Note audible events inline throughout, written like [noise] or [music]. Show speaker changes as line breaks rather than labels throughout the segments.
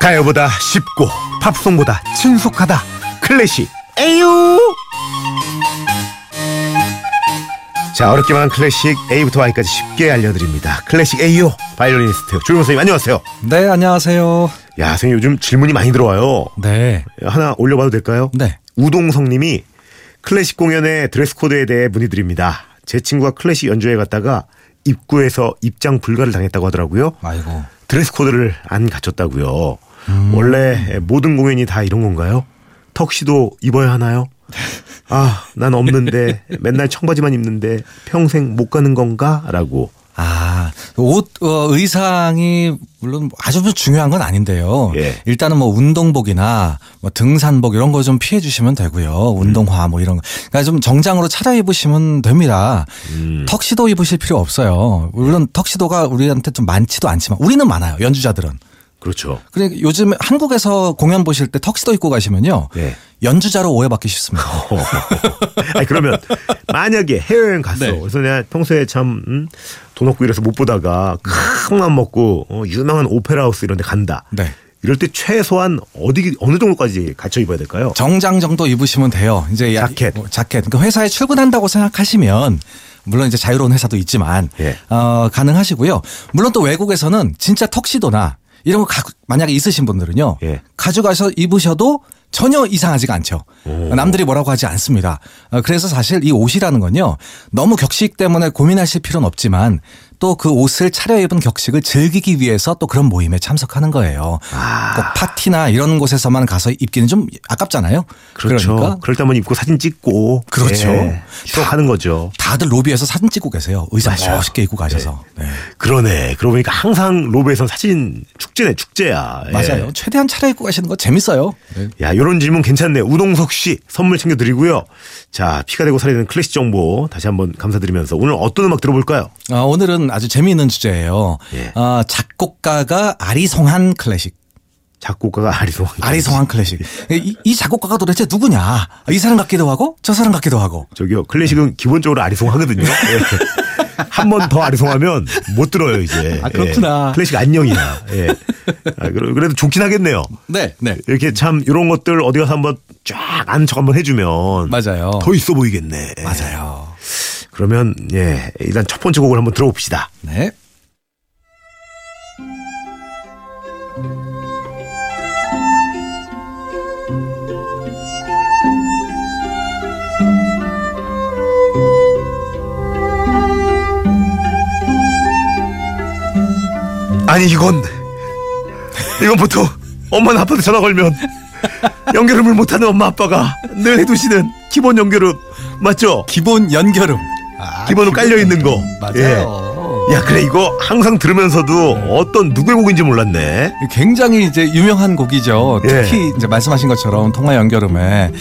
팝송보다 쉽고 팝송보다 친숙하다 클래식 에유 자 어렵기만 한 클래식 A부터 Y까지 쉽게 알려드립니다 클래식 에유 바이올리니스트 조용 선생님 안녕하세요
네, 안녕하세요.
야 선생님 요즘 질문이 많이 들어와요
네.
하나 올려봐도 될까요?
네.
우동성님이 클래식 공연의 드레스 코드에 대해 문의드립니다. 제 친구가 클래식 연주회 갔다가 입구에서 입장 불가를 당했다고 하더라고요.
아이고.
드레스 코드를 안 갖췄다고요.
음.
원래 모든 공연이 다 이런 건가요? 턱시도 입어야
[laughs]
하나요? 아, 난 없는데 맨날 청바지만 입는데 평생 못 가는 건가라고.
아, 옷, 어, 의상이 물론 아주 뭐 중요한 건 아닌데요.
예.
일단은 뭐 운동복이나 뭐 등산복 이런 거 좀 피해 주시면 되고요.
음.
운동화 뭐 이런 거. 그러니까 좀 정장으로 차려입으시면 됩니다.
음.
턱시도 입으실 필요 없어요. 물론 턱시도가 우리한테 좀 많지도 않지만 우리는 많아요. 연주자들은.
그렇죠. [laughs]
그러니까 요즘 한국에서 공연 보실 때 턱시도 입고 가시면요.
예.
연주자로 오해받기 쉽습니다.
아니 그러면 만약에 해외여행 갔어.
네.
그래서 내가 평소에 참 음? 돈 없고 이래서 못 보다가 큰맘 먹고 어, 유명한 오페라 하우스 이런 데 간다.
네.
이럴 때 최소한 어디 어느 정도까지 갖춰 입어야 될까요?
정장 정도 입으시면 돼요. 이제 야-
자켓.
어, 자켓. 그러니까 회사에 출근한다고 생각하시면 물론 이제 자유로운 회사도 있지만
예.
어, 가능하시고요. 물론 또 외국에서는 진짜 턱시도나 이런 거 가- 만약에 있으신 분들은요.
예.
가져가서 입으셔도 전혀 이상하지가 않죠. 남들이 뭐라고 하지 않습니다. 어, 그래서 사실 이 옷이라는 건요. 너무 격식 때문에 고민하실 필요는 없지만 또 그 옷을 차려입은 격식을 즐기기 위해서 또 그런 모임에 참석하는 거예요.
아.
그러니까 파티나 이런 곳에서만 가서 입기는 좀 아깝잖아요.
그렇죠.
그러니까
그럴 때 한번 입고 사진 찍고
그렇죠.
예, 또 하는 거죠.
다들 로비에서 사진 찍고 계세요. 의상
맞아요.
멋있게 입고 가셔서. 네.
그러네. 그러고 보니까 항상 로베에선 사진 축제네 네. 축제야. 예.
맞아요. 최대한 차려입고 가시는 거 재밌어요.
야, 요런 질문 괜찮네. 우동석 씨 선물 챙겨 드리고요. 자, 피가 되고 살이 되는 클래식 정보 다시 한번 감사드리면서 오늘 어떤 음악 들어볼까요?
아, 오늘은 아주 재미있는 주제예요.
예.
아, 작곡가가 아리송한 클래식.
작곡가가 아리송한
아리송한 클래식. 이, 이 작곡가가 도대체 누구냐? 이 사람 같기도 하고 저 사람 같기도 하고.
저기요
네.
클래식은 기본적으로
[laughs]
아리송하거든요. 예. 한 번 더 아리송하면 못 들어요 이제.
아, 그렇구나.
예. 클래식 안녕이야. 예. 아, 그래- 그래도 좋긴 하겠네요.
네, 네.
이렇게 참 이런 것들 어디 가서 한번 쫙 아는 척 한번 해주면
맞아요.
더 있어 보이겠네. 예.
맞아요.
그러면 예 일단 첫 번째 곡을 한번 들어봅시다.
네.
아니 이건 이건 보통 엄마나 아빠한테 전화 걸면 연결음을 못하는 엄마 아빠가 늘 해두시는 기본 연결음 맞죠?
기본 연결음. 아,
기본으로 깔려 있는 거. 예.
맞아요.
야 그래 이거 항상 들으면서도 어떤 누구의 곡인지 몰랐네.
예. 굉장히 이제 유명한 곡이죠.
예.
특히 이제 말씀하신 것처럼 통화 연결음에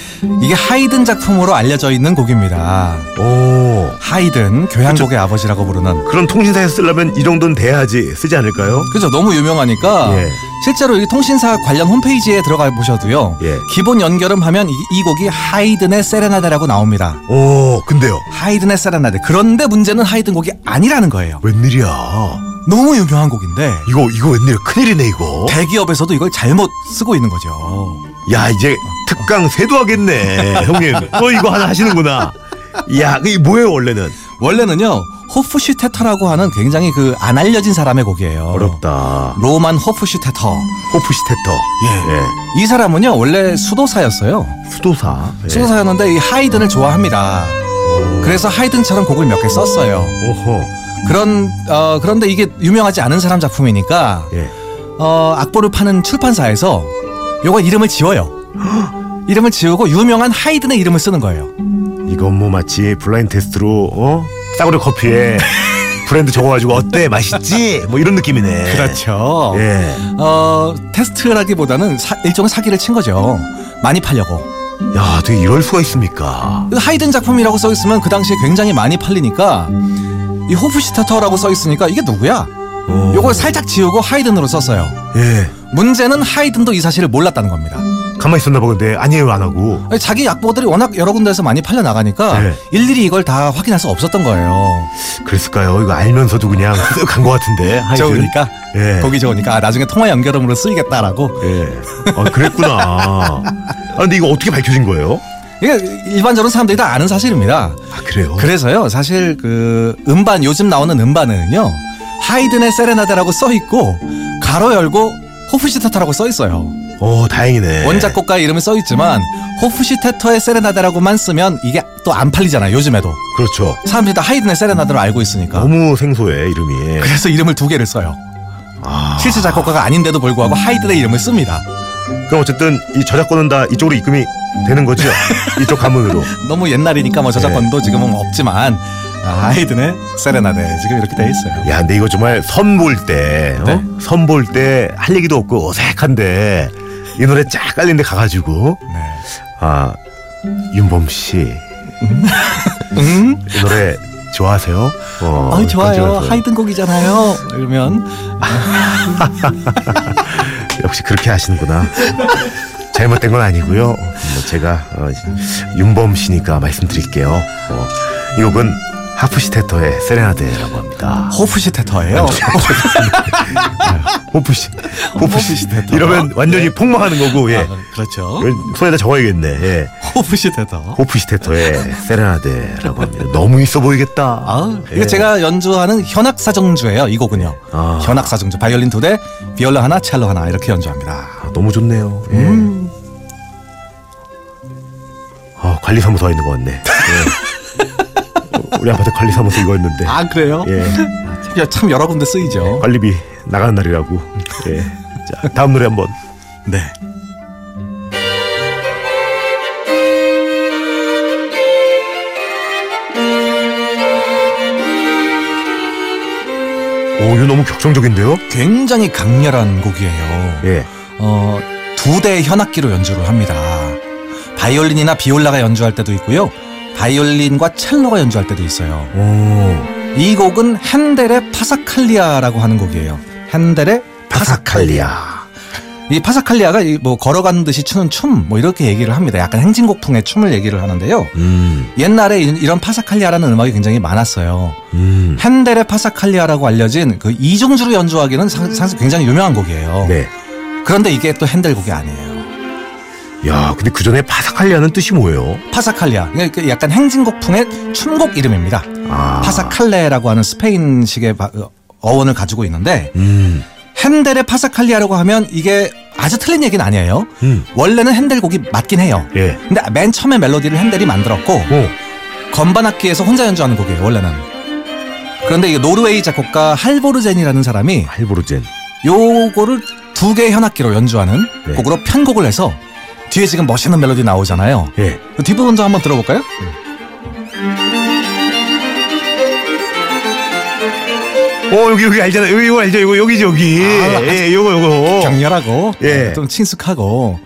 이게 하이든 작품으로 알려져 있는 곡입니다.
오
하이든 교향곡의 아버지라고 부르는.
그런 통신사에 서 쓰려면 이 정도는 돼야지 쓰지 않을까요?
그죠 너무 유명하니까
예.
실제로 이 통신사 관련 홈페이지에 들어가 보셔도요
예.
기본 연결음 하면 이, 이 곡이 하이든의 세레나데라고 나옵니다
오 근데요
하이든의 세레나데 그런데 문제는 하이든 곡이 아니라는 거예요
웬일이야?
너무 유명한 곡인데
이거 이거 웬일 큰일이네 이거.
대기업에서도 이걸 잘못 쓰고 있는 거죠
야 이제 특강 세도하겠네 형님. 너 이거 하나 하시는구나. 야 그게 뭐예요 원래는?
원래는요 호프슈테터라고 하는 굉장히 그 안 알려진 사람의 곡이에요.
어렵다.
로만 호프슈테터.
호프시테터.
예. 이 사람은요 원래 수도사였어요.
수도사. 예.
수도사였는데 이 하이든을 좋아합니다. 그래서 하이든처럼 곡을 몇 개 썼어요.
오호.
그런 어, 그런데 이게 유명하지 않은 사람 작품이니까
예.
어, 악보를 파는 출판사에서 요거 이름을 지어요. [gasps] 이름을 지우고 유명한 하이든의 이름을 쓰는 거예요.
이건 뭐 마치 블라인 테스트로 어? 싸구려 커피에 브랜드 적어가지고 어때 맛있지? 뭐 이런 느낌이네.
그렇죠.
예.
어, 테스트라기보다는 사- 일종의 사기를 친 거죠. 많이 팔려고.
야, 어떻게 이럴 수가 있습니까?
하이든 작품이라고 써 있으면 그 당시에 굉장히 많이 팔리니까 이 호프시타터라고 써 있으니까 이게 누구야?
어.
요걸 살짝 지우고 하이든으로 썼어요.
예.
문제는 하이든도 이 사실을 몰랐다는 겁니다.
가만히 있었나 보는데 아니에요 안 하고
아니, 자기 약보들이 워낙 여러 군데에서 많이 팔려 나가니까
네.
일일이 이걸 다 확인할 수 없었던 거예요.
그랬을까요? 이거 알면서도 그냥 쓱간것
네,
같은데 하여튼.
좋으니까 그러니까.
예.
보기 좋으니까 아, 나중에 통화 연결음으로 쓰이겠다라고
예. 아,
[laughs]
그랬구나. 아, 근데 이거 어떻게 밝혀진 거예요?
이게 일반적으로 사람들이 다 아는 사실입니다.
아, 그래요?
그래서요 사실 그 음반 요즘 나오는 음반에는요 하이든의 세레나데라고 써 있고 가로 열고 호프시테터라고 써 있어요.
어, 다행이네.
원작곡가 이름은 써 있지만 호프시테터의 세레나데라고만 쓰면 이게 또 안 팔리잖아요 요즘에도
그렇죠.
사람들이 다 하이든의 세레나데로 알고 있으니까.
너무 생소해, 이름이.
아. 그래서 이름을 두 개를 써요.
아.
실제 작곡가가 아닌데도 불구하고 하이든의 이름을 씁니다.
그럼 어쨌든 이 저작권은 다 이쪽으로 입금이 되는
[laughs]
거죠? 이쪽 가문으로.
너무 옛날이니까 뭐 저작권도 지금은 없지만 아, 하이든의 세레나데 지금 이렇게 돼 있어요.
야, 근데 이거 정말 선볼 때, 어?
네.
선볼 때 할 얘기도 없고 어색한데 이 노래 쫙 깔린데 가가지고
네.
아 윤범 씨 이
음?
노래 좋아하세요? 어,
아 좋아요.
던지면서.
하이든 곡이잖아요. 이러면
역시 그렇게 하시는구나. 잘못된 건 아니고요. 뭐 제가 어, 윤범 씨니까 말씀드릴게요. 어, 이 곡은 하프시테터의 세레나데라고 합니다.
호프시테터예요.
[laughs] 호프시,
호프시테터. 네.
호프시테터. 이러면 완전히 폭망하는 거고, 예.
아, 그렇죠.
손에다 적어야겠네. 예.
호프시테터.
호프시테터의 세레나데라고 합니다. 너무 있어 보이겠다.
아, 이거
예.
제가 연주하는 현악사정주예요. 이 곡은요.
아.
현악사정주. 바이올린 두 대, 비올라 하나, 첼로 하나 이렇게 연주합니다.
아, 너무 좋네요. 예. 아, 관리사무소가 있는 것 같네. 예. 어, 우리 아파트 관리사무소 이거였는데.
아 그래요?
예.
야, 참 여러 군데 쓰이죠.
관리비 나가는 날이라고. 예. 자, 다음 노래 한번.
네.
오, 이거 너무 격정적인데요?
굉장히 강렬한 곡이에요.
예.
어, 두 대의 현악기로 연주를 합니다. 바이올린이나 비올라가 연주할 때도 있고요. 바이올린과 첼로가 연주할 때도 있어요.
오,
이 곡은 핸델의 파사칼리아라고 하는 곡이에요. 핸델의
파사칼리아.
이 파사칼리아가 이뭐 걸어가는 듯이 추는 춤 뭐 이렇게 얘기를 합니다. 약간 행진곡풍의 춤을 얘기를 하는데요.
음,
옛날에 이- 이런 파사칼리아라는 음악이 굉장히 많았어요.
음.
핸델의 파사칼리아라고 알려진 그 이중주로 연주하기는 상- 사실 굉장히 유명한 곡이에요.
네.
그런데 이게 또 핸델 곡이 아니에요.
야, 근데 그 전에 파사칼리아는 뜻이 뭐예요?
파사칼리아. 그러니까 약간 행진곡풍의 춤곡 이름입니다.
아.
파사칼레라고 하는 스페인식의 바- 어원을 가지고 있는데
음,
핸델의 파사칼리아라고 하면 이게 아주 틀린 얘기는 아니에요.
음.
원래는 핸델 곡이 맞긴 해요.
예.
근데 맨 처음에 멜로디를 핸델이 만들었고
오,
건반 악기에서 혼자 연주하는 곡이에요 원래는 그런데 이게 노르웨이 작곡가 할보르젠이라는 사람이
할보르젠.
요거를 두 개의 현악기로 연주하는
네.
곡으로 편곡을 해서 뒤에 지금 멋있는 멜로디 나오잖아요
예.
그 뒷부분도 한번 들어볼까요?
오, 어, 여기, 여기 알잖아. 여기, 이거 알죠? 이거, 여기지, 여기.
아,
예, 요거, 요거.
격렬하고 어,
예.
좀 친숙하고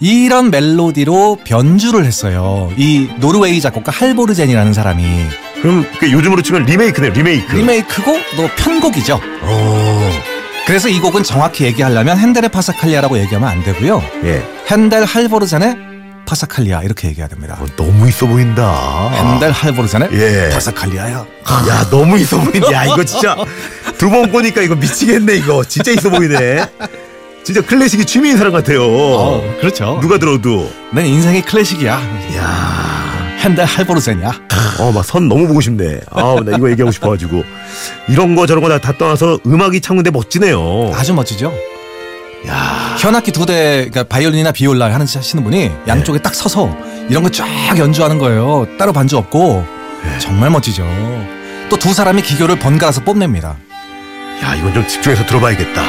이런 멜로디로 변주를 했어요 이 노르웨이 작곡가 할보르젠이라는 사람이
그럼 그 요즘으로 치면 리메이크네, 리메이크. 어,
리메이크고 또 편곡이죠
오,
그래서 이 곡은 정확히 얘기하려면 핸델의 파사칼리아라고 얘기하면 안 되고요
예.
핸델 할보르잔의 파사칼리아 이렇게 얘기해야 됩니다.
어, 너무 있어 보인다.
핸델 할보르잔의
아. 예.
파사칼리아야.
야 너무 있어 보인다. 야 이거 진짜 두 번 보니까 이거 미치겠네 이거 진짜 있어 보이네. 진짜 클래식이 취미인 사람 같아요.
그렇죠.
어. 누가 들어도
내 인생의 클래식이야.
야,
핸델 할보르잔이야.
어막 선 너무 보고 싶네. 아우 나 이거 얘기하고 싶어가지고 이런 거 저런 거 다 떠나서 음악이 창문대 멋지네요.
아주 멋지죠.
야,
현악기 두 대, 그러니까 바이올린이나 비올라 하는 하시는 분이 양쪽에 딱 서서 이런 거 쫙 연주하는 거예요. 따로 반주 없고 정말 멋지죠. 또 두 사람의 기교를 번갈아서 뽐냅니다.
야 이건 좀 집중해서 들어봐야겠다.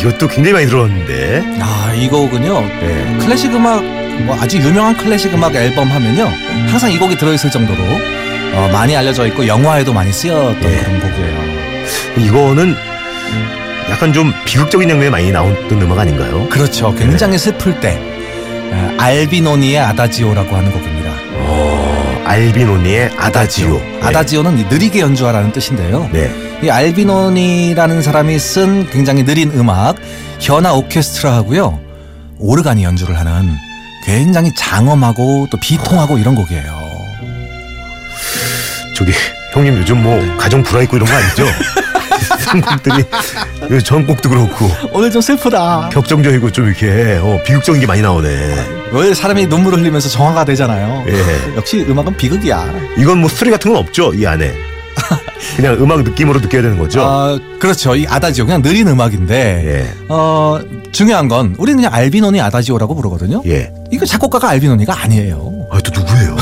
이것도 굉장히 많이 들어봤는데.
아, 이 곡은요.
네.
클래식 음악 뭐 아주 유명한 클래식 음악 앨범 하면요. 항상 이 곡이 들어 있을 정도로 어, 많이 알려져 있고 영화에도 많이 쓰였던
예.
그런 곡이에요.
이거는 약간 좀 비극적인 장면에 많이 나왔던 음악 아닌가요?
그렇죠. 굉장히 슬플 때 에, 알비노니의 아다지오라고 하는 곡입니다.
어, 알비노니의 아다지오.
예.
네.
아다지오는 느리게 연주하라는 뜻인데요.
네.
이 알비노니라는 사람이 쓴 굉장히 느린 음악 현아 오케스트라하고요 오르간이 연주를 하는 굉장히 장엄하고 또 비통하고 이런 곡이에요.
저기 형님 요즘 뭐 가정 불화 있고 이런 거 [laughs] 아니죠? 선곡들이 요 전곡도 그렇고
오늘 좀 슬프다.
격정적이고 좀 이렇게 어, 비극적인 게 많이 나오네.
왜 사람이 눈물을 흘리면서 정화가 되잖아요.
예.
역시 음악은 비극이야.
이건 뭐 스토리 같은 건 없죠 이 안에. 그냥 음악 느낌으로 느껴야 되는 거죠.
아, 그렇죠. 이 아다지오 그냥 느린 음악인데
예.
어, 중요한 건 우리는 그냥 알비노니 아다지오라고 부르거든요.
예.
이거 작곡가가 알비노니가 아니에요.
아, 또 누구예요?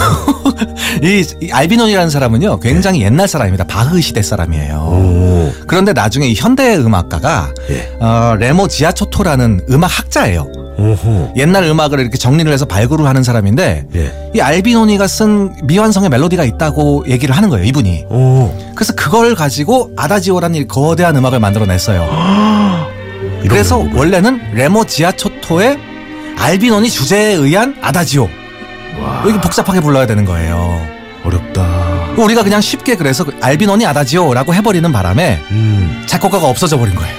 이, 이 알비논이라는 사람은요 굉장히 옛날 사람입니다 바흐 시대 사람이에요
[laughs] 오.
그런데 나중에 이 현대 음악가가
어. 예.
어, 레모 지아초토라는 음악 학자예요
오호.
옛날 음악을 이렇게 정리를 해서 발굴을 하는 사람인데
예.
이 알비노니가 쓴 미완성의 멜로디가 있다고 얘기를 하는 거예요 이분이
오.
그래서 그걸 가지고 아다지오라는 이 거대한 음악을 만들어냈어요
이런
그래서
거군요.
원래는 레모 지아초토의 알비노니 주제에 의한 아다지오
와,
이렇게 복잡하게 불러야 되는 거예요
어렵다.
우리가 그냥 쉽게 그래서 그 알비노니 아다지오라고 해버리는 바람에
음.
작곡가가 없어져 버린 거예요.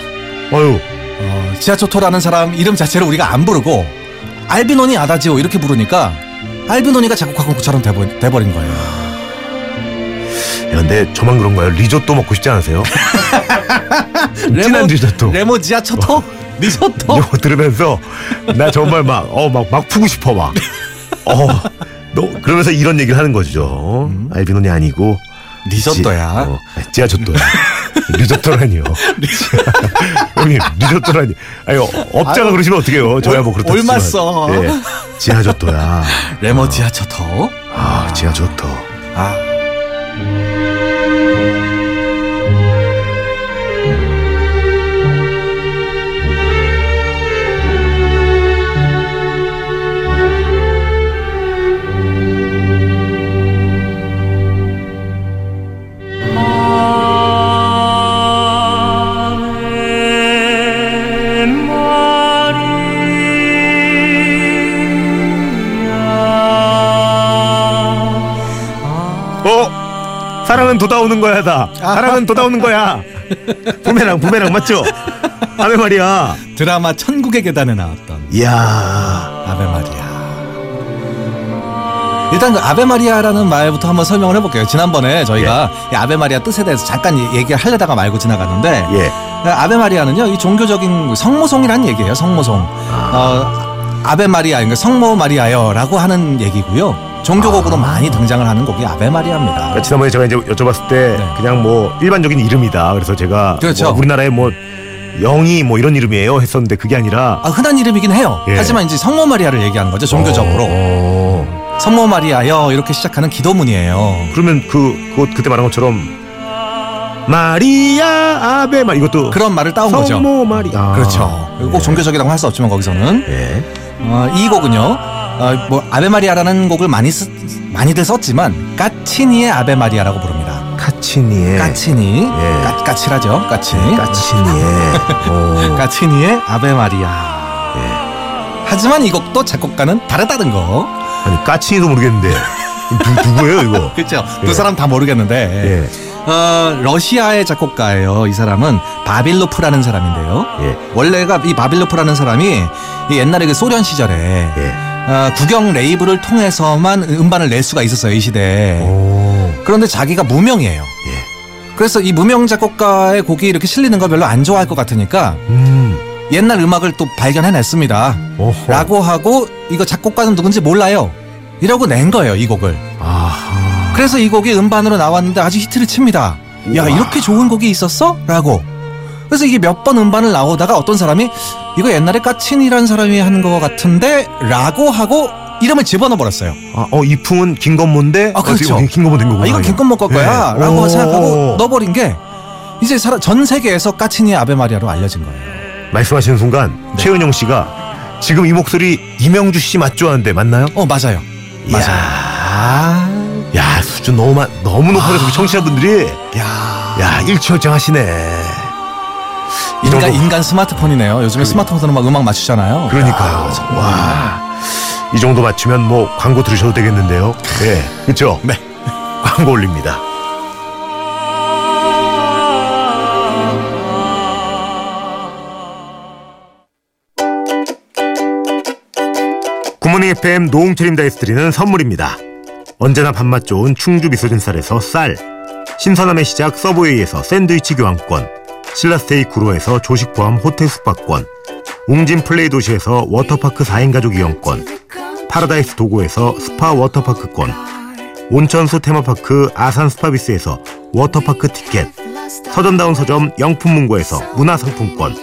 아유.
어, 지하초토라는 사람 이름 자체를 우리가 안 부르고 알비노니 아다지오 이렇게 부르니까 알비노니가 작곡한 것처럼 돼버-
[laughs]
돼버린 거예요.
야, 근데 저만 그런가요? 리조또 먹고 싶지
[laughs]
않으세요? 진한 리조또.
레모 지하초토?
어.
리조토?
이거 들으면서 나 정말 막 어 막 막 푸고 싶어 막. 어. 너 그러면서 이런 얘기를 하는 거죠.
음.
알비논이 [laughs] 아니고
리조또야.
지- 어, 지하조또야.
[laughs]
리조또라니요. 형님 리조또라니. 아니 어, 업자가
아유,
그러시면 어떡해요. 저야 뭐
올-
그렇다.
올맞어.
치지만. 예, 지하조또야.
레모 지하초토?
아 지하조또.
아.
Ave Maria.
어 사랑은 돋아오는 거야 다. 사랑은 돋아오는 거야. 부메랑 부메랑 맞죠? 아메 마리아.
드라마 천국의 계단에 나왔던
이야.
아베 마리아. 일단 그 아베 마리아라는 말부터 한번 설명을 해볼게요. 지난번에 저희가 이 아베 마리아 뜻에 대해서 잠깐 이- 얘기를 하려다가 말고 지나갔는데
예.
네, 아베 마리아는요 이 종교적인 성모송이라는 얘기예요. 성모송.
아.
어, 아베 마리아, 그러니까 성모 마리아여라고 하는 얘기고요. 종교곡으로 많이 등장을 하는 곡이 아베 마리아입니다.
아. 그러니까 지난번에 제가 이제 여쭤봤을 때
네.
그냥 뭐 일반적인 이름이다. 그래서 제가
그렇죠.
뭐 우리나라에 뭐 영이 뭐 이런 이름이에요 했었는데 그게 아니라
아, 흔한 이름이긴 해요.
예.
하지만 이제 성모 마리아를 얘기하는 거죠. 종교적으로
어, 어.
성모 마리아여 이렇게 시작하는 기도문이에요.
그러면 그 그것 그때 말한 것처럼 마리아 아베 마 이것도
그런 말을 따온 거죠.
성모 마리아.
그렇죠. 꼭
예.
종교적이라고 할 수 없지만 거기서는
예.
어, 이 곡은요. 어, 뭐 아베 마리아라는 곡을 많이 쓰, 많이들 썼지만 까치니의 아베 마리아라고 부릅니다.
카치니의
까치니,
예.
까, 까칠하죠. 까치니,
까치니의
[laughs]
어.
까치니의 아베 마리아.
예.
하지만 이 곡도 작곡가는 다르다는 거.
아니 까치니도 모르겠는데 누, 누구예요 이거?
그렇죠.
예.
두 사람 다 모르겠는데
예.
어, 러시아의 작곡가예요. 이 사람은 바빌로프라는 사람인데요.
예.
원래가 이 바빌로프라는 사람이 이 옛날에 그 소련 시절에
예.
아, 국영 레이블을 통해서만 음반을 낼 수가 있었어요 이 시대에
오.
그런데 자기가 무명이에요
예.
그래서 이 무명 작곡가의 곡이 이렇게 실리는 걸 별로 안 좋아할 것 같으니까
음.
옛날 음악을 또 발견해냈습니다
어허.
라고 하고 이거 작곡가는 누군지 몰라요 이러고 낸 거예요 이 곡을
아하.
그래서 이 곡이 음반으로 나왔는데 아주 히트를 칩니다 야
우와.
이렇게 좋은 곡이 있었어? 라고 그래서 이게 몇 번 음반을 나오다가 어떤 사람이 이거 옛날에 까친이라는 사람이 한 것 같은데 라고 하고 이름을 집어넣어 버렸어요
아, 어, 이 풍은 김건모인데.
아, 그렇죠.
어, 이거 김건모 된 거구나.
아, 이거 김건모 걸 거야.
예.
라고
오.
생각하고 넣어버린 게 이제 사람- 전 세계에서 까치니의 아베 마리아로 알려진 거예요.
말씀하시는 순간
네.
최은영 씨가 지금 이 목소리 이명주 씨 맞죠 하는데 맞나요?
어 맞아요. 맞아요. 아,
야 수준 너무 많- 너무 높아서 청취자분들이
야.
야 일치월장하시네. 이런
인간,
거-
인간 스마트폰이네요. 요즘에 스마트폰으로 막 음악 맞추잖아요.
그러니까. 그러니까요. 와. 이 정도 맞추면 뭐 광고 들으셔도 되겠는데요. 예. 그렇죠? 네. [laughs] 광고 올립니다. 굿모닝 FM 노홍철입니다에서 드리는 선물입니다. 언제나 밥맛 좋은 충주 미소진 쌀에서 쌀 신선함의 시작 서브웨이에서 샌드위치 교환권 신라스테이 구로에서 조식 포함 호텔 숙박권 웅진 플레이 도시에서 워터파크 4인 가족 이용권 파라다이스 도고에서 스파 워터파크권 온천수 테마파크 아산 스파비스에서 워터파크 티켓 서점다운 서점 영품문고에서 문화상품권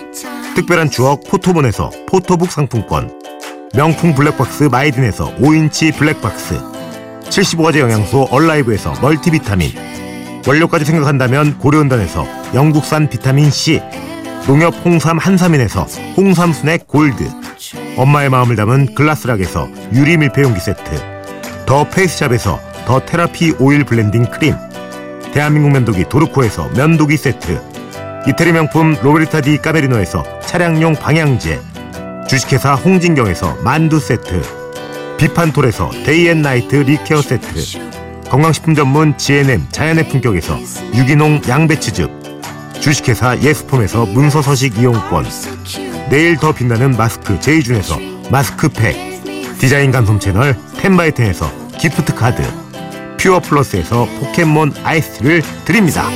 특별한 추억 포토본에서 포토북 상품권 명품 블랙박스 마이딘에서 5인치 블랙박스 75가지 영양소 얼라이브에서 멀티비타민 원료까지 생각한다면 고려온단에서 영국산 비타민C 농협 홍삼 한삼인에서 홍삼 스낵 골드 엄마의 마음을 담은 글라스락에서 유리 밀폐용기 세트 더 페이스샵에서 더 테라피 오일 블렌딩 크림 대한민국 면도기 도르코에서 면도기 세트 이태리 명품 로베르타 디 까메리노에서 차량용 방향제 주식회사 홍진경에서 만두 세트 비판톨에서 데이앤나이트 리케어 세트 건강식품 전문 GNM 자연의 품격에서 유기농 양배추즙 주식회사 예스폼에서 문서서식 이용권 내일 더 빛나는 마스크 제이준에서 마스크팩 디자인 감성 채널 텐바이텐에서 기프트 카드 퓨어 플러스에서 포켓몬 아이스를 드립니다.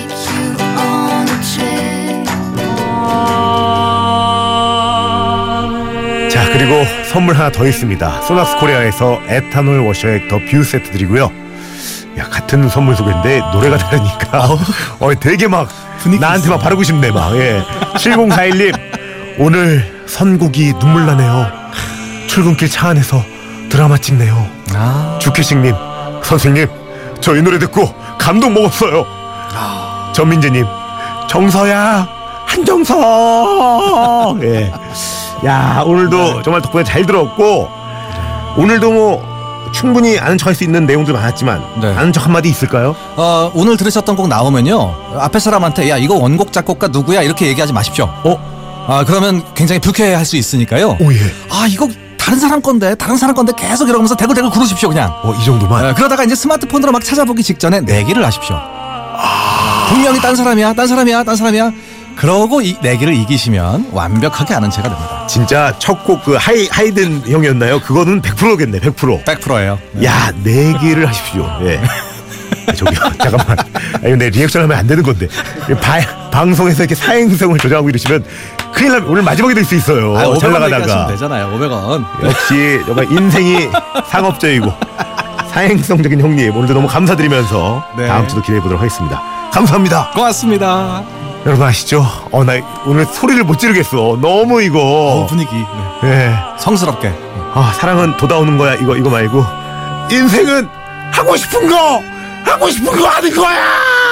자 그리고 선물 하나 더 있습니다 소낙스 코리아에서 에탄올 워셔액 더 뷰 세트 드리고요 야 같은 선물 소개인데 노래가 다르니까 [laughs] 어 되게 막
분위기
나한테 막 바르고 싶네 막예 7041님 오늘 선곡이 눈물 나네요 출근길 차 안에서 드라마 찍네요
아,
주키식님 선생님 저 이 노래 듣고 감동 먹었어요 전민재님 정서야 한정서 [laughs] 예. 야 오늘도 정말 덕분에 잘 들었고 오늘도 뭐 충분히 아는 척할 수 있는 내용들 많았지만
네.
아는 척 한마디 있을까요?
어, 오늘 들으셨던 곡 나오면요. 앞에 사람한테 야, 이거 원곡 작곡가 누구야? 이렇게 얘기하지 마십시오.
어?
아, 그러면 굉장히 불쾌해 할 수 있으니까요.
오예
아, 이거 다른 사람 건데, 다른 사람 건데 계속 이러면서 대굴대굴 구르십시오, 그냥.
어 이 정도만
어, 그러다가 이제 스마트폰으로 막 찾아보기 직전에 내기를 하십시오.
아.
분명히 딴 사람이야, 딴 사람이야, 딴 사람이야. 그러고 이 내기를 이기시면 완벽하게 아는 체가 됩니다.
진짜 첫 곡 그 하이, 하이든 형이었나요? 그거는 100%겠네 100%
100%예요.
야, 내기를 하십시오. 예. 저기요, [laughs] 잠깐만. 아, 이거 내 리액션 하면 안 되는 건데. 이거 바- 방송에서 이렇게 사행성을 조장하고 이러시면 큰일 나 오늘 마지막이 될 수 있어요.
아, 500원
잘
얘기하시면
나가다가.
되잖아요. 500원.
역시 정말 인생이 상업적이고 사행성적인 형님 오늘도 너무 감사드리면서
네.
다음 주도 기대해 보도록 하겠습니다. 감사합니다.
고맙습니다.
여러분 아시죠? 어, 나 오늘 소리를 못 지르겠어. 너무 이거.
분위기 네.
예.
성스럽게.
아, 사랑은 돋아오는 거야 이거 이거 말고 인생은 하고 싶은 거 하고 싶은 거 하는 거야.